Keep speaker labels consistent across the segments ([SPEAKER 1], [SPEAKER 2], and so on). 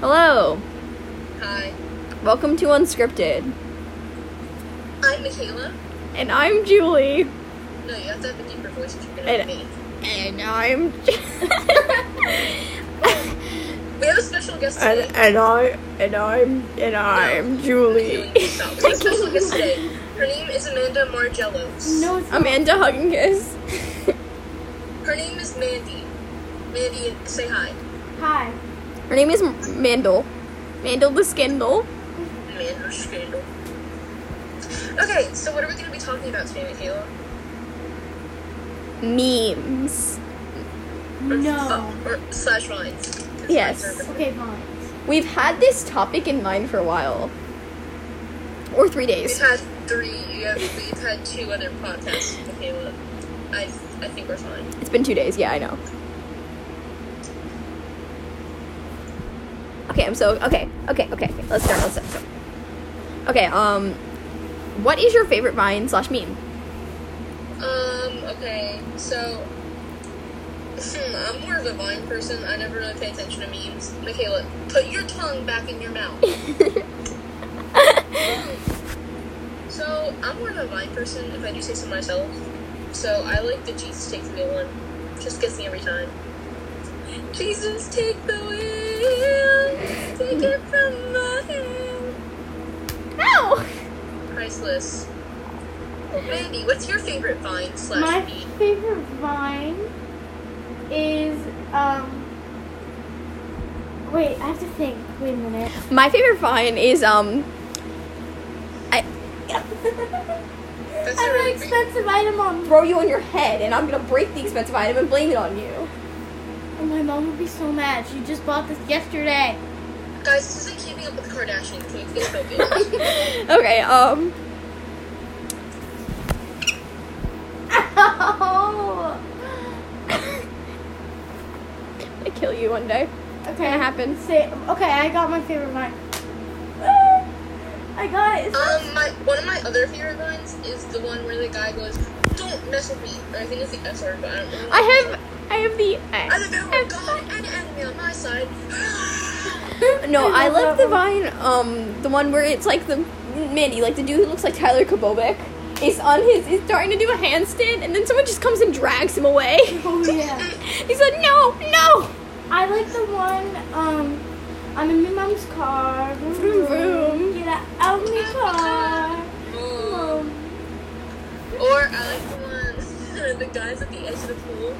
[SPEAKER 1] Hello.
[SPEAKER 2] Hi,
[SPEAKER 1] Welcome to Unscripted.
[SPEAKER 2] I'm Michaela.
[SPEAKER 1] And I'm Julie.
[SPEAKER 2] No, you have to have a deeper voice if you're
[SPEAKER 1] I know.
[SPEAKER 2] gonna be me.
[SPEAKER 1] And I'm.
[SPEAKER 2] We have a special guest
[SPEAKER 1] and,
[SPEAKER 2] today.
[SPEAKER 1] and I and I'm and I'm Julie.
[SPEAKER 2] No, we have a special guest today. Her name is Amanda Margellos.
[SPEAKER 3] it's
[SPEAKER 1] Amanda Hugginkiss.
[SPEAKER 2] Her name is Mandy. Mandy, say hi.
[SPEAKER 3] Hi.
[SPEAKER 1] Her name is Mandel. Mandel the Skindle.
[SPEAKER 2] Amanda Scandal. Okay, so what are we gonna be talking about today, Michaela?
[SPEAKER 1] Memes.
[SPEAKER 2] Or,
[SPEAKER 3] No.
[SPEAKER 2] oh, or slash lines. 'cause lines
[SPEAKER 1] Yes.
[SPEAKER 2] are different.
[SPEAKER 3] Okay, fine.
[SPEAKER 1] We've had this topic in mind for a while. Or three
[SPEAKER 2] We've
[SPEAKER 1] days.
[SPEAKER 2] had three. You have, we've had two other podcasts, Michaela. I, I think we're fine.
[SPEAKER 1] It's been two days, yeah, I know. Okay, I'm so okay, okay, okay, okay. Let's start, let's start, let's start. Okay, um what is your favorite Vine slash meme?
[SPEAKER 2] Um, okay, so. Hmm, I'm more of a Vine person. I never really pay attention to memes. Michaela, put your tongue back in your mouth. so, I'm more of a Vine person, if I do say so myself. So, I like the Jesus Take the Wheel one. Just gets me every time. Jesus, take the wheel, take it from my hand.
[SPEAKER 1] Ow!
[SPEAKER 2] Priceless. Mandy, what's your favorite Vine
[SPEAKER 3] My
[SPEAKER 2] slash meme?
[SPEAKER 3] favorite vine is um. Wait, I have to think. Wait a minute.
[SPEAKER 1] My favorite Vine is um I
[SPEAKER 2] That's a
[SPEAKER 3] I'm an
[SPEAKER 2] really great-
[SPEAKER 3] expensive item on.
[SPEAKER 1] throw you on your head and I'm gonna break the expensive item and blame it on you.
[SPEAKER 3] Oh, my mom would be so mad. She just bought this yesterday.
[SPEAKER 2] Guys, this isn't keeping up with the Kardashians. Can we please focus?
[SPEAKER 1] okay, um
[SPEAKER 3] Ow.
[SPEAKER 1] I kill you one day.
[SPEAKER 3] Okay.
[SPEAKER 1] It happens.
[SPEAKER 3] Say okay. I got my favorite vine. I got it.
[SPEAKER 2] um, my one of my other favorite lines is the one where the guy goes, "Don't mess with me," or I think it's the S word, but I don't remember.
[SPEAKER 1] I have I have the
[SPEAKER 2] I'm a bear with God and enemy on my side.
[SPEAKER 1] No, I,
[SPEAKER 3] I
[SPEAKER 1] like
[SPEAKER 3] love
[SPEAKER 1] the
[SPEAKER 3] that
[SPEAKER 1] vine, um, the one where it's like the Mandy, like the dude who looks like Tyler Kobobek is on his, is starting to do a handstand, and then someone just comes and drags him away.
[SPEAKER 3] Oh yeah.
[SPEAKER 1] he said, "No, no,
[SPEAKER 3] I like the one, um, I'm in my mom's car. Vroom,
[SPEAKER 1] Vroom, vroom.
[SPEAKER 3] Get out of my car.
[SPEAKER 2] Oh.
[SPEAKER 3] Mom.
[SPEAKER 2] Or I like the one the guy's at the edge of the pool,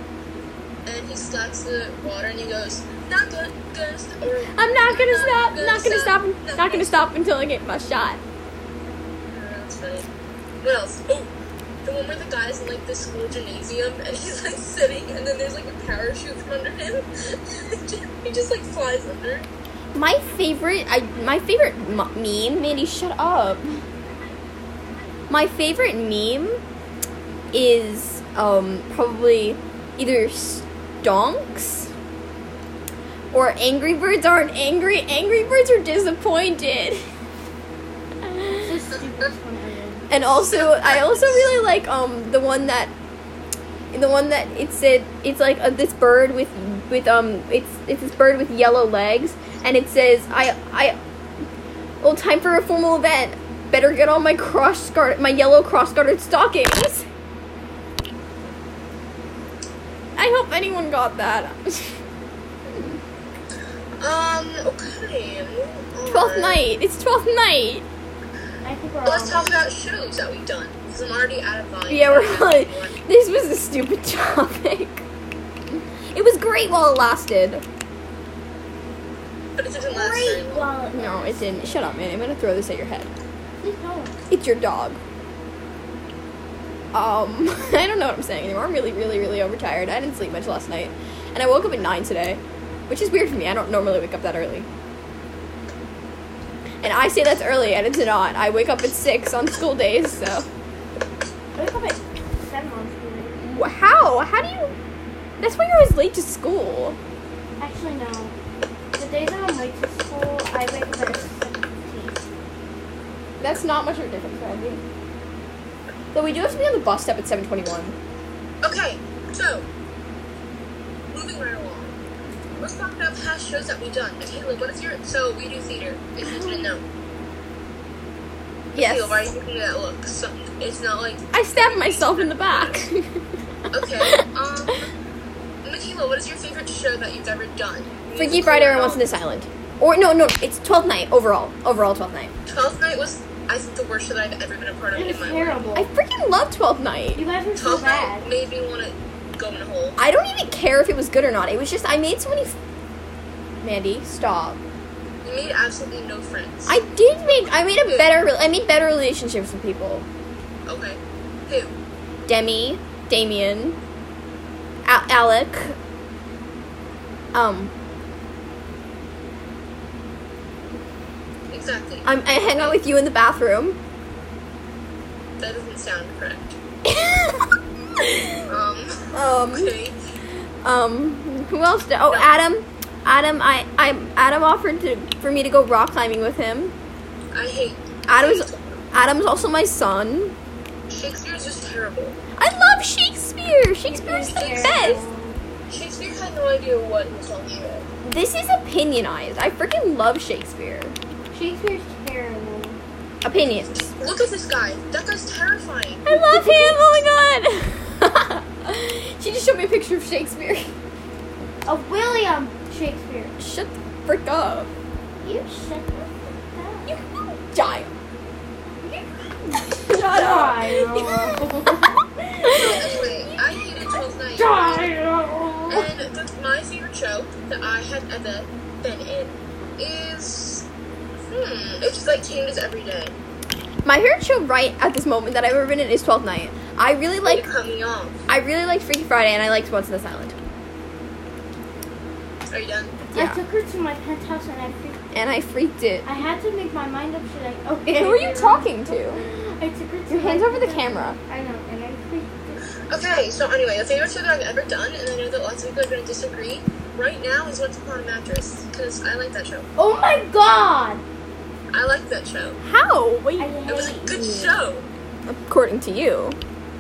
[SPEAKER 2] and he slaps the water and he goes, "Not good, good," or
[SPEAKER 1] I'm not gonna stop, not gonna stop, not gonna stop until I get my shot."
[SPEAKER 2] That's funny. What else? Oh, the one where the guy's in like the school gymnasium and he's like sitting, and then there's like a parachute from under him. he just like flies under.
[SPEAKER 1] My favorite, I my favorite mo- meme, Mandy, shut up. My favorite meme is um probably either stonks or Angry Birds aren't angry. Angry Birds are disappointed.
[SPEAKER 3] This is the stupidest one I did.
[SPEAKER 1] And also, I also really like um the one that the one that it said it's like uh this bird with with um it's it's this bird with yellow legs and it says I I well time for a formal event better get on my cross guard my yellow cross guarded stockings. I hope anyone got that.
[SPEAKER 2] Um. Okay. moving
[SPEAKER 1] Twelfth
[SPEAKER 2] on.
[SPEAKER 1] night. It's twelfth night.
[SPEAKER 3] I think we're
[SPEAKER 2] Well, let's
[SPEAKER 3] all.
[SPEAKER 2] talk about shows that we've done. Because I'm already out of line.
[SPEAKER 1] Yeah, we're like this was a stupid topic. It was great while it lasted.
[SPEAKER 2] But it doesn't last very
[SPEAKER 3] Great
[SPEAKER 2] long.
[SPEAKER 3] wallet.
[SPEAKER 1] No, it didn't. Shut up, man. I'm gonna throw this at your head.
[SPEAKER 3] Please don't.
[SPEAKER 1] It's your dog. Um, I don't know what I'm saying anymore. I'm really, really, really overtired. I didn't sleep much last night. And I woke up at 9 today, which is weird for me. I don't normally wake up that early. And I say that's early, and it's not. I wake up at 6 on school days, so.
[SPEAKER 3] Wake up at seven on school.
[SPEAKER 1] Wh- How? How do you. That's why you're always late to school.
[SPEAKER 3] Actually, no. The days that I'm late to school, I wake up at seventeen.
[SPEAKER 1] That's not much of a difference, I think. Though we do have to be on the bus stop at 7.21.
[SPEAKER 2] Okay, so moving right along. Let's talk about past shows that we've done. Michaela, what is your so we do theater? If you didn't know, Michaela, why are
[SPEAKER 1] Yes.
[SPEAKER 2] you looking at that look? So, it's not like
[SPEAKER 1] I stabbed myself in the back.
[SPEAKER 2] okay. um, Michaela, what is your favorite show that you've ever done?
[SPEAKER 1] Freaky Friday or Once in This Island. Or no, no, it's 12th night overall. Overall 12th night.
[SPEAKER 2] Twelfth night was I think the worst show that I've ever been a part of
[SPEAKER 3] It was
[SPEAKER 2] in my life.
[SPEAKER 3] terrible.
[SPEAKER 1] I freaking love 12th night.
[SPEAKER 3] you guys were so
[SPEAKER 2] Twelfth night
[SPEAKER 3] bad.
[SPEAKER 2] made me want to go in a hole.
[SPEAKER 1] I don't even care if it was good or not. It was just I made so many. F- Mandy, stop.
[SPEAKER 2] You made absolutely no friends.
[SPEAKER 1] I did make. I made a better. re- I made better relationships with people.
[SPEAKER 2] okay. Who?
[SPEAKER 1] Demi, Damien, Al- Alec. Um,
[SPEAKER 2] Exactly.
[SPEAKER 1] I'm, I hang out with you in the bathroom.
[SPEAKER 2] that doesn't sound correct.
[SPEAKER 1] um,
[SPEAKER 2] Um. Okay.
[SPEAKER 1] um, who else? Did, oh, Adam. Adam, I, I, Adam offered to, for me to go rock climbing with him.
[SPEAKER 2] I hate.
[SPEAKER 1] Adam's, Adam's also my son.
[SPEAKER 2] Shakespeare's just terrible.
[SPEAKER 1] I love Shakespeare. Shakespeare's the best.
[SPEAKER 2] Shakespeare had no idea what was on the show.
[SPEAKER 1] This is opinionized. I freaking love Shakespeare.
[SPEAKER 3] Shakespeare's terrible.
[SPEAKER 1] Opinions.
[SPEAKER 2] Look at this guy. That guy's terrifying.
[SPEAKER 1] I love him. Oh my god. she just showed me a picture of Shakespeare.
[SPEAKER 3] Of Oh, William Shakespeare.
[SPEAKER 1] Shut the frick up.
[SPEAKER 3] You shut the fuck
[SPEAKER 1] You giant. Shut
[SPEAKER 2] Anyway, I hated Twelfth Night.
[SPEAKER 3] Die!
[SPEAKER 2] And the, my favorite show that I had ever been in is. Hmm. It just like changes every day.
[SPEAKER 1] My favorite show right at this moment that I've ever been in is Twelfth Night. I really
[SPEAKER 2] Like.
[SPEAKER 1] like
[SPEAKER 2] Coming off.
[SPEAKER 1] I really liked Freaky Friday and I liked Once in this Island.
[SPEAKER 2] Are you done?
[SPEAKER 1] Yeah.
[SPEAKER 3] I took her to my penthouse and I freaked.
[SPEAKER 1] And I freaked it.
[SPEAKER 3] I had to make my mind up. Should I? Okay.
[SPEAKER 1] Who are you talking to?
[SPEAKER 3] I took her to.
[SPEAKER 1] Your
[SPEAKER 3] my
[SPEAKER 1] hands over the
[SPEAKER 3] penthouse.
[SPEAKER 1] camera.
[SPEAKER 3] I know, and I freaked.
[SPEAKER 2] Okay, so anyway, the favorite show that I've ever done, and I know that lots of people are going to disagree, right now is Once Upon a Mattress, because I like that show.
[SPEAKER 3] Oh my god!
[SPEAKER 2] I like that show.
[SPEAKER 1] How? Wait.
[SPEAKER 3] I
[SPEAKER 2] It was a
[SPEAKER 3] hate
[SPEAKER 2] good
[SPEAKER 3] you.
[SPEAKER 2] show.
[SPEAKER 1] According to you.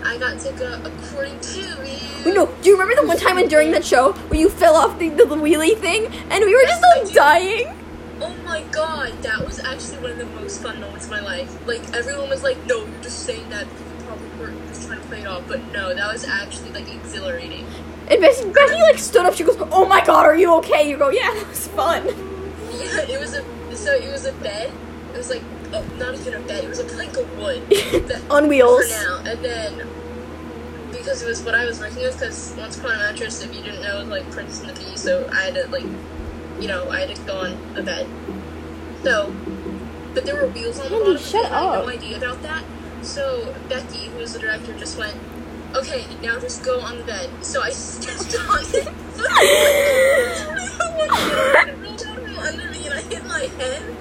[SPEAKER 2] I got to go according to you.
[SPEAKER 1] Wait, no, do you remember the one time during that show where you fell off the, the wheelie thing and we were just
[SPEAKER 2] I
[SPEAKER 1] like
[SPEAKER 2] do.
[SPEAKER 1] dying?
[SPEAKER 2] Oh my god, that was actually one of the most fun moments of my life. Like, everyone was like, no, you're just saying that because you probably were just trying to play it off, but no, that was actually, like, exhilarating.
[SPEAKER 1] And Becky, Becky like stood up. She goes, "Oh my god, are you okay?" You go, "Yeah, that was fun."
[SPEAKER 2] Yeah, it was a, so it was a bed. It was like, oh, not even a bed, it was a plank of wood. that-
[SPEAKER 1] On wheels.
[SPEAKER 2] for now. And then, because it was what I was working with, because Once Upon a Mattress, if you didn't know, was like Princess and the Pea, so I had to, like, you know, I had to go on a bed. So, but there were wheels on the
[SPEAKER 1] Andy,
[SPEAKER 2] bottom, and
[SPEAKER 1] shut
[SPEAKER 2] I had
[SPEAKER 1] up.
[SPEAKER 2] no idea about that. So, Becky, who was the director, just went, okay, now just go on the bed. So I stepped on it. I rolled out from under me and I hit my head,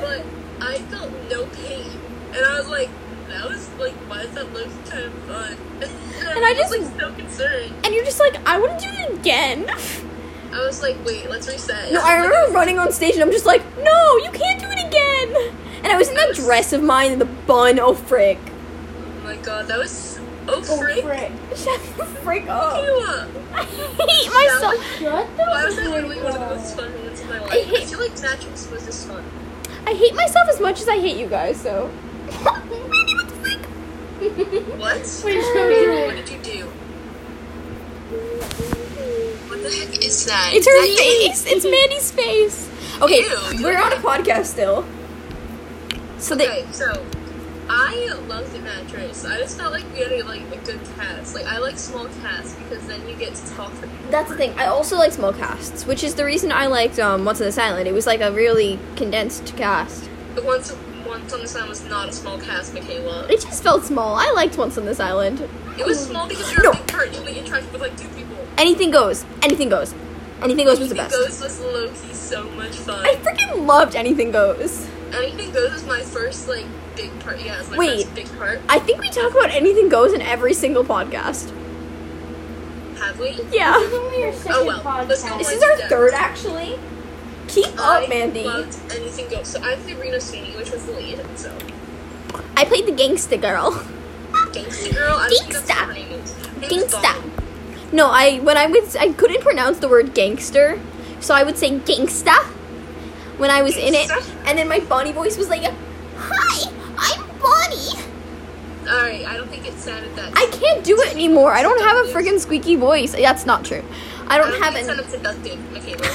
[SPEAKER 2] but I felt no pain. And I was like, that was like, why does that look kind of fun?
[SPEAKER 1] And I just-
[SPEAKER 2] was like, so concerned.
[SPEAKER 1] And you're just like, "I wouldn't do it again."
[SPEAKER 2] I was like, wait, let's reset.
[SPEAKER 1] No, I remember running on stage and I'm just like, "No, you can't do it again." And I was in that dress of mine and the bun. Oh frick!
[SPEAKER 2] Oh my god, that was. Oh,
[SPEAKER 3] Oh,
[SPEAKER 2] freak.
[SPEAKER 3] frick.
[SPEAKER 1] Shut the frick up!
[SPEAKER 2] Oh, Ew.
[SPEAKER 1] I hate myself.
[SPEAKER 3] Shut the
[SPEAKER 2] Why was that
[SPEAKER 3] frick
[SPEAKER 2] really one of the
[SPEAKER 3] up.
[SPEAKER 2] most fun moments of my life?
[SPEAKER 1] I
[SPEAKER 2] I,
[SPEAKER 1] hate-
[SPEAKER 2] feel like Matrix was this fun.
[SPEAKER 1] I hate myself as much as I hate you guys. So. Mandy, what the frick?
[SPEAKER 2] What?
[SPEAKER 3] Please don't do
[SPEAKER 2] what
[SPEAKER 3] it.
[SPEAKER 2] did you do? What the heck is that?
[SPEAKER 1] It's
[SPEAKER 2] Is
[SPEAKER 1] her
[SPEAKER 2] that you?
[SPEAKER 1] face. It's Mandy's face. Okay,
[SPEAKER 2] Ew.
[SPEAKER 1] we're on a podcast still. So they.
[SPEAKER 2] Okay, so I love the mattress. I just felt like we had a, like a good cast. Like I like small casts because then you get to talk to people.
[SPEAKER 1] That's the thing. I also like small casts, which is the reason I liked um, Once in this Island. It was like a really condensed cast.
[SPEAKER 2] But once once on the sun was not a small cast, Michaela.
[SPEAKER 1] It just felt small. I liked Once on this Island.
[SPEAKER 2] It was small because you're
[SPEAKER 1] Oh, No.
[SPEAKER 2] a big part. You only interacted with like two people.
[SPEAKER 1] Anything goes. Anything goes. Anything goes was the
[SPEAKER 2] Anything
[SPEAKER 1] best.
[SPEAKER 2] Goes was low key so much fun.
[SPEAKER 1] I freaking loved Anything Goes.
[SPEAKER 2] Anything Goes was my first like big part. Yeah, it was my
[SPEAKER 1] Wait.
[SPEAKER 2] first big part.
[SPEAKER 1] I think we talk about Anything Goes in every single podcast.
[SPEAKER 2] Have we?
[SPEAKER 3] This is
[SPEAKER 1] Yeah.
[SPEAKER 3] only your second
[SPEAKER 2] Oh, well, let's
[SPEAKER 3] podcast.
[SPEAKER 1] This
[SPEAKER 2] go
[SPEAKER 1] is our third, actually. Keep
[SPEAKER 2] I
[SPEAKER 1] up, Oh, Mandy.
[SPEAKER 2] loved Anything Goes. So I played Reno Sweeney, which was the lead. So
[SPEAKER 1] I played the gangsta girl.
[SPEAKER 2] Gangsta Girl. I don't think that's
[SPEAKER 1] Gangsta.
[SPEAKER 2] her name is. Her name is
[SPEAKER 1] Gangsta.
[SPEAKER 2] Bonnie.
[SPEAKER 1] No, I when I was I couldn't pronounce the word gangster, So I would say gangsta when I was in it,
[SPEAKER 2] Gangsta?
[SPEAKER 1] and then my Bonnie voice was like, "Hi, I'm Bonnie."
[SPEAKER 2] Alright, I don't think it sounded that.
[SPEAKER 1] I can't do it anymore. I don't have a freaking squeaky voice. That's not true. I
[SPEAKER 2] I
[SPEAKER 1] don't
[SPEAKER 2] don't
[SPEAKER 1] have
[SPEAKER 2] think it
[SPEAKER 1] an.
[SPEAKER 2] sounded seductive, Michaela.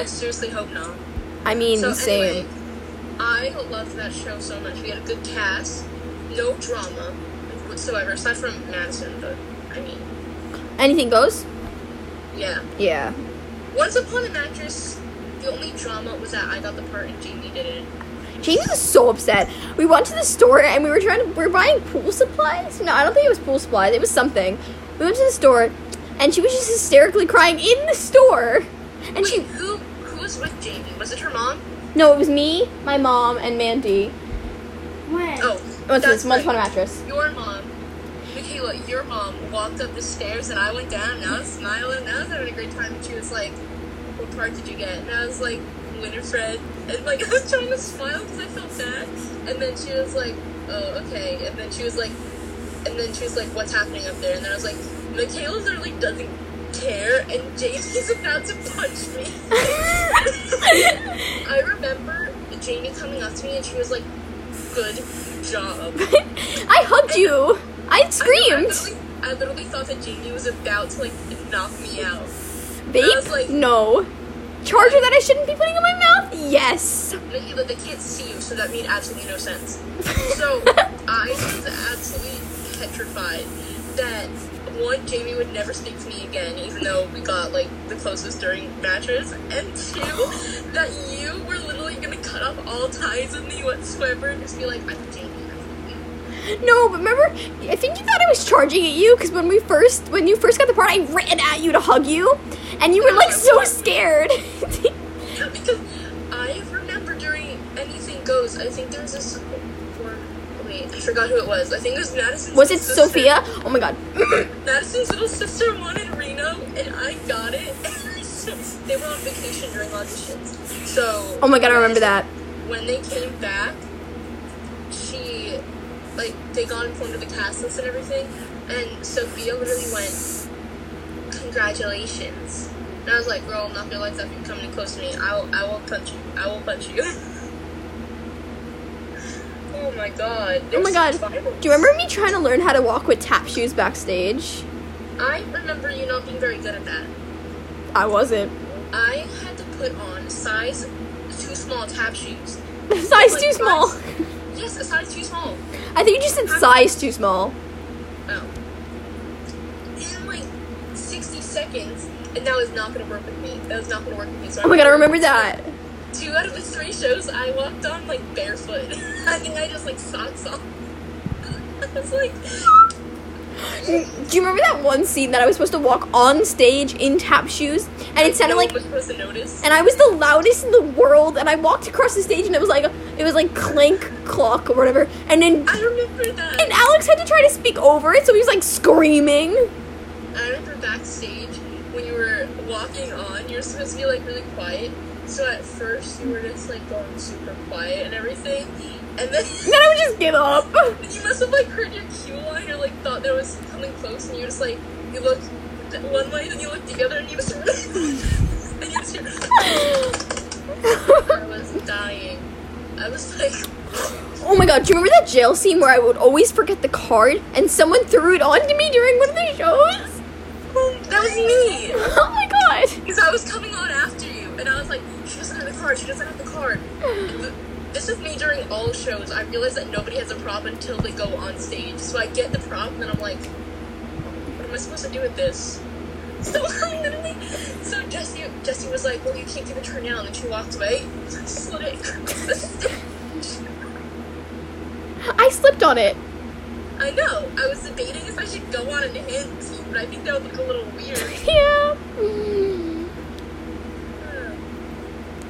[SPEAKER 2] I seriously hope not.
[SPEAKER 1] I mean,
[SPEAKER 2] so
[SPEAKER 1] same.
[SPEAKER 2] anyway, I loved that show so much. We had a good cast, no drama whatsoever, aside from Madison. But I mean,
[SPEAKER 1] Anything goes.
[SPEAKER 2] yeah.
[SPEAKER 1] Yeah.
[SPEAKER 2] Once upon a mattress, the only drama was that I got the part and Jamie didn't.
[SPEAKER 1] Jamie was so upset. We went to the store and we were trying to we were buying pool supplies. No, I don't think it was pool supplies. It was something. We went to the store and she was just hysterically crying in the store. And
[SPEAKER 2] Wait,
[SPEAKER 1] she
[SPEAKER 2] who who was with Jamie? Was it her mom?
[SPEAKER 1] No, it was me, my mom, and Mandy.
[SPEAKER 3] When?
[SPEAKER 1] I
[SPEAKER 2] Oh,
[SPEAKER 1] went to this
[SPEAKER 2] that's
[SPEAKER 1] Munch
[SPEAKER 2] right.
[SPEAKER 1] Fun Mattress.
[SPEAKER 2] Your mom, Michaela, your mom walked up the stairs and I went down and I was smiling and I was having a great time. And she was like, What part did you get? And I was like, Winifred. And like, I was trying to smile because I felt bad. And then she was like, Oh, okay. And then she was like, And then she was like, What's happening up there? And then I was like, Michaela literally doesn't care and Jamie's about to punch me. I remember Jamie coming up to me and she was like, Good job.
[SPEAKER 1] I hugged you. I
[SPEAKER 2] I,
[SPEAKER 1] screamed.
[SPEAKER 2] literally, I literally thought that Jamie was about to like knock me out. I was
[SPEAKER 1] Vape?
[SPEAKER 2] like-
[SPEAKER 1] no. Charger that I shouldn't be putting in my mouth? Yes.
[SPEAKER 2] Mickey, but they can't see you, so that made absolutely no sense. So I was absolutely petrified that one, Jamie would never speak to me again, even though we got like the closest during matches, and two, that you were literally gonna cut off all ties with me whatsoever and just be like, I'm Jamie. I'm Jamie."
[SPEAKER 1] No, but remember, I think you thought I was charging at you because when we first, when you first got the part, I ran at you to hug you, and you were like so scared.
[SPEAKER 2] because I remember during Anything Goes, I think there was this one. Wait, I forgot who it was. I think it was Madison's.
[SPEAKER 1] was it
[SPEAKER 2] sister.
[SPEAKER 1] Sophia? Oh my god.
[SPEAKER 2] Madison's little sister wanted Reno, and I got it. they were on vacation during auditions, so.
[SPEAKER 1] Oh my god, I remember that.
[SPEAKER 2] When they came back, she, like, they got informed of the cast list and everything, and Sophia literally went, "Congratulations." And I was like, "Girl, I'm not gonna let that you coming close to me. I will, I will punch you. I will punch you." oh my god.
[SPEAKER 1] Oh my
[SPEAKER 2] there's
[SPEAKER 1] god.
[SPEAKER 2] violence.
[SPEAKER 1] Do you remember me trying to learn how to walk with tap shoes backstage?
[SPEAKER 2] I remember you not being very good at that.
[SPEAKER 1] I wasn't.
[SPEAKER 2] I had to put on size too small tap shoes.
[SPEAKER 1] size
[SPEAKER 2] Like,
[SPEAKER 1] too small.
[SPEAKER 2] Yes, a size too small.
[SPEAKER 1] I think you just said size too small.
[SPEAKER 2] Oh. In like 60 seconds, and that was not gonna work with me. That was not gonna work with me. So
[SPEAKER 1] Oh my god, I remember that.
[SPEAKER 2] Two out of the three shows, I walked on like barefoot. I think I just like socks off. I was like,
[SPEAKER 1] Do you remember that one scene that I was supposed to walk on stage in tap shoes, and it sounded
[SPEAKER 2] no
[SPEAKER 1] like
[SPEAKER 2] one was supposed to notice.
[SPEAKER 1] and I was the loudest in the world. And I walked across the stage, and it was like it was like clank clock or whatever. And then
[SPEAKER 2] I remember that.
[SPEAKER 1] and Alex had to try to speak over it, so he was like screaming.
[SPEAKER 2] I remember backstage when you were walking on, you were supposed to be like really quiet. So at first you were just like going super quiet and everything, and then
[SPEAKER 1] And then I would just give up.
[SPEAKER 2] you must have like heard your cue line or like thought there was something close, and you just like you looked th- one way, then you looked the other, and you just and you just hear, "Oh, I was dying. I was like,
[SPEAKER 1] Oh my god! Do you remember that jail scene where I would always forget the card, and someone threw it onto me during one of the shows?
[SPEAKER 2] that was me.
[SPEAKER 1] Oh my god!
[SPEAKER 2] Because I was coming on after you, and I was like, she doesn't have the card, she doesn't have the card. Th- This is me during all shows. I realize that nobody has a prop until they go on stage. So I get the prop, and then I'm like, what am I supposed to do with this? So I literally, so Jesse, Jesse was like, well, you can't give it to her now, and then she walked away. So I slid it across the stage.
[SPEAKER 1] I slipped on it.
[SPEAKER 2] I know. I was debating if I should go on and hint, but I think that would look a little weird.
[SPEAKER 1] Yeah. Mm.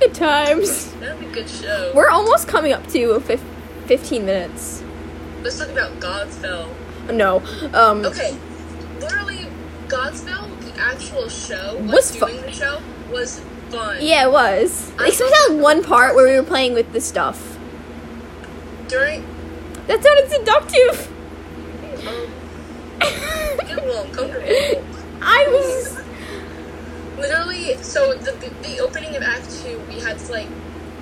[SPEAKER 1] Good times.
[SPEAKER 2] That was a good show.
[SPEAKER 1] We're almost coming up to fif- 15 minutes.
[SPEAKER 2] Let's talk about Godspell.
[SPEAKER 1] No. Um,
[SPEAKER 2] Okay, literally, Godspell, the actual show, like
[SPEAKER 1] Was fu-
[SPEAKER 2] doing the show, was fun.
[SPEAKER 1] Yeah, it was.
[SPEAKER 2] I
[SPEAKER 1] Except
[SPEAKER 2] thought-
[SPEAKER 1] that one part where we were playing with the stuff.
[SPEAKER 2] During,
[SPEAKER 1] That sounded seductive.
[SPEAKER 2] um, it won't come to me.
[SPEAKER 1] I was.
[SPEAKER 2] literally, so the, the the opening of Act Two, we had to like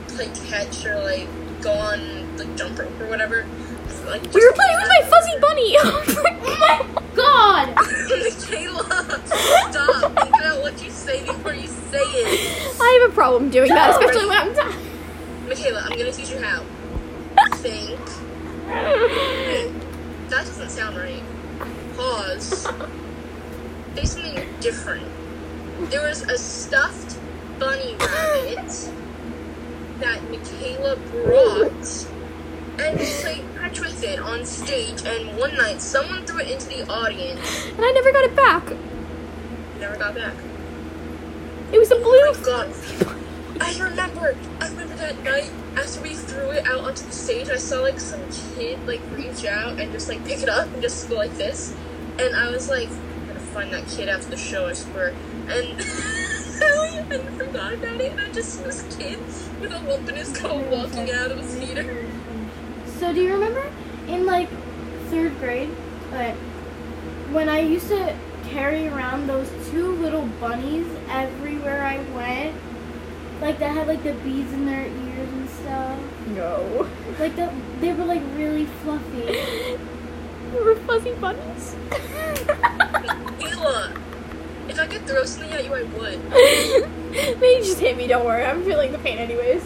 [SPEAKER 2] play catch or like go on like jump rope or whatever. Like
[SPEAKER 1] We were playing with my fuzzy bunny. Oh
[SPEAKER 3] God!
[SPEAKER 2] Michaela, stop! Think about what you say before you say it.
[SPEAKER 1] I have a problem doing that, especially when I'm tired.
[SPEAKER 2] Michaela, I'm gonna teach you how. Think. That doesn't sound right. Pause. Say something different. There was a stuffed bunny rabbit that Michaela brought, and we played catch with it on stage. And one night, someone threw it into the audience.
[SPEAKER 1] And I never got it back.
[SPEAKER 2] Never got back.
[SPEAKER 1] It was a blue.
[SPEAKER 2] God, I remember. I remember that night after we threw it out onto the stage. I saw like some kid like reach out and just like pick it up and just go like this, and I was like, I'm gonna find that kid after the show. I swear. And I forgot about it, and I just was kid with a lump in his coat walking out of the theater.
[SPEAKER 3] So do you remember in like third grade, like when I used to carry around those two little bunnies everywhere I went, like that had like the beads in their ears and stuff.
[SPEAKER 1] No.
[SPEAKER 3] Like the, they were like really fluffy.
[SPEAKER 1] We were fuzzy bunnies.
[SPEAKER 2] Mila, if I could throw something at you, I would.
[SPEAKER 1] Maybe just hit me, don't worry. I'm feeling the pain anyways.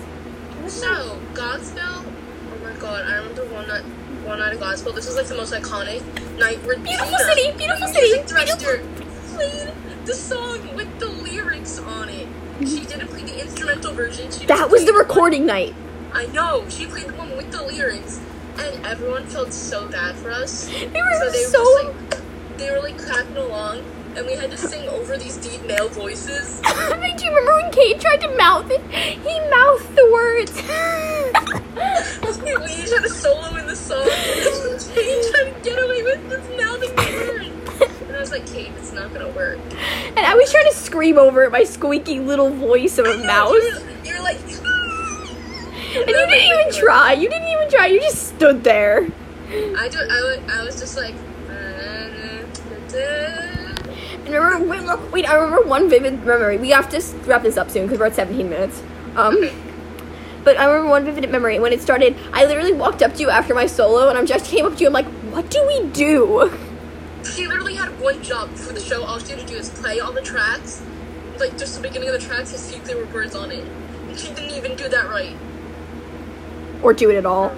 [SPEAKER 2] So, Godspell, oh my god, I remember one night, one night of Godspell. This was like the most iconic night where
[SPEAKER 1] Beautiful
[SPEAKER 2] Gina,
[SPEAKER 1] city, beautiful
[SPEAKER 2] the
[SPEAKER 1] city,
[SPEAKER 2] music director, played the song with the lyrics on it. She didn't play the instrumental version. She
[SPEAKER 1] That
[SPEAKER 2] just
[SPEAKER 1] was the
[SPEAKER 2] played
[SPEAKER 1] recording night.
[SPEAKER 2] one- I know, she played the one with the lyrics, and everyone felt so bad for us.
[SPEAKER 1] They
[SPEAKER 2] So
[SPEAKER 1] were
[SPEAKER 2] they
[SPEAKER 1] so.
[SPEAKER 2] were just like, they were like clapping along, and we had to sing over these deep male voices.
[SPEAKER 1] Do you remember when Kate tried to mouth it? He mouthed the words.
[SPEAKER 2] we each had a solo in the song. She tried to get away with this mouthing word. And I was like, Kate, it's not gonna work.
[SPEAKER 1] and I was trying to scream over it, my squeaky little voice of a mouse.
[SPEAKER 2] You're like,
[SPEAKER 1] And you didn't even try. You didn't even try. You just stood there.
[SPEAKER 2] I do. I would. I was just like. "Uh-uh-uh-uh."
[SPEAKER 1] And remember, wait, wait, I remember one vivid memory. We have to s- wrap this up soon because we're at 17 minutes. Um, but I remember one vivid memory when it started. I literally walked up to you after my solo, and I just came up to you. I'm like, "What do we do?"
[SPEAKER 2] She literally had one job for the show. All she had to do is play all the tracks, like just the beginning of the tracks, to see if there were words on it. And she didn't even do that right.
[SPEAKER 1] Or do it at all.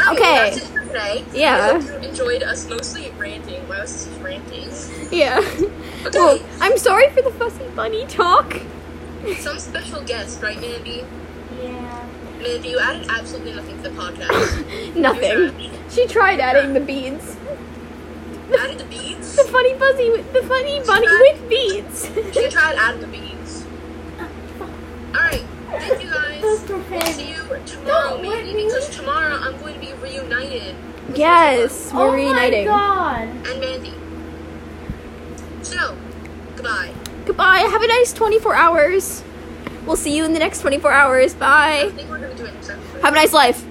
[SPEAKER 2] Oh,
[SPEAKER 1] Okay.
[SPEAKER 2] That's it for today.
[SPEAKER 1] Yeah.
[SPEAKER 2] I hope you enjoyed us mostly ranting. Why was this ranting?
[SPEAKER 1] Yeah.
[SPEAKER 2] Okay.
[SPEAKER 1] Well, I'm sorry for the fussy bunny talk.
[SPEAKER 2] Some special guest, right, Mandy?
[SPEAKER 3] Yeah.
[SPEAKER 2] Mandy, you added absolutely nothing to the podcast.
[SPEAKER 1] Nothing. She tried adding the beads.
[SPEAKER 2] You added the beads.
[SPEAKER 1] The funny fuzzy, with- the funny bunny with beads.
[SPEAKER 2] She tried adding the beads. All right. Thank you guys. We'll see you tomorrow,
[SPEAKER 3] Don't let
[SPEAKER 2] Mandy,
[SPEAKER 3] me-
[SPEAKER 2] because tomorrow I'm going to be reunited. with
[SPEAKER 1] yes, we're
[SPEAKER 3] oh
[SPEAKER 1] reuniting.
[SPEAKER 3] my god.
[SPEAKER 2] Michaela And Mandy. So, goodbye.
[SPEAKER 1] Goodbye. Have a nice 24 hours. We'll see you in the next 24 hours.
[SPEAKER 2] I
[SPEAKER 1] Bye.
[SPEAKER 2] think we're going to do it next episode.
[SPEAKER 1] Have a nice life.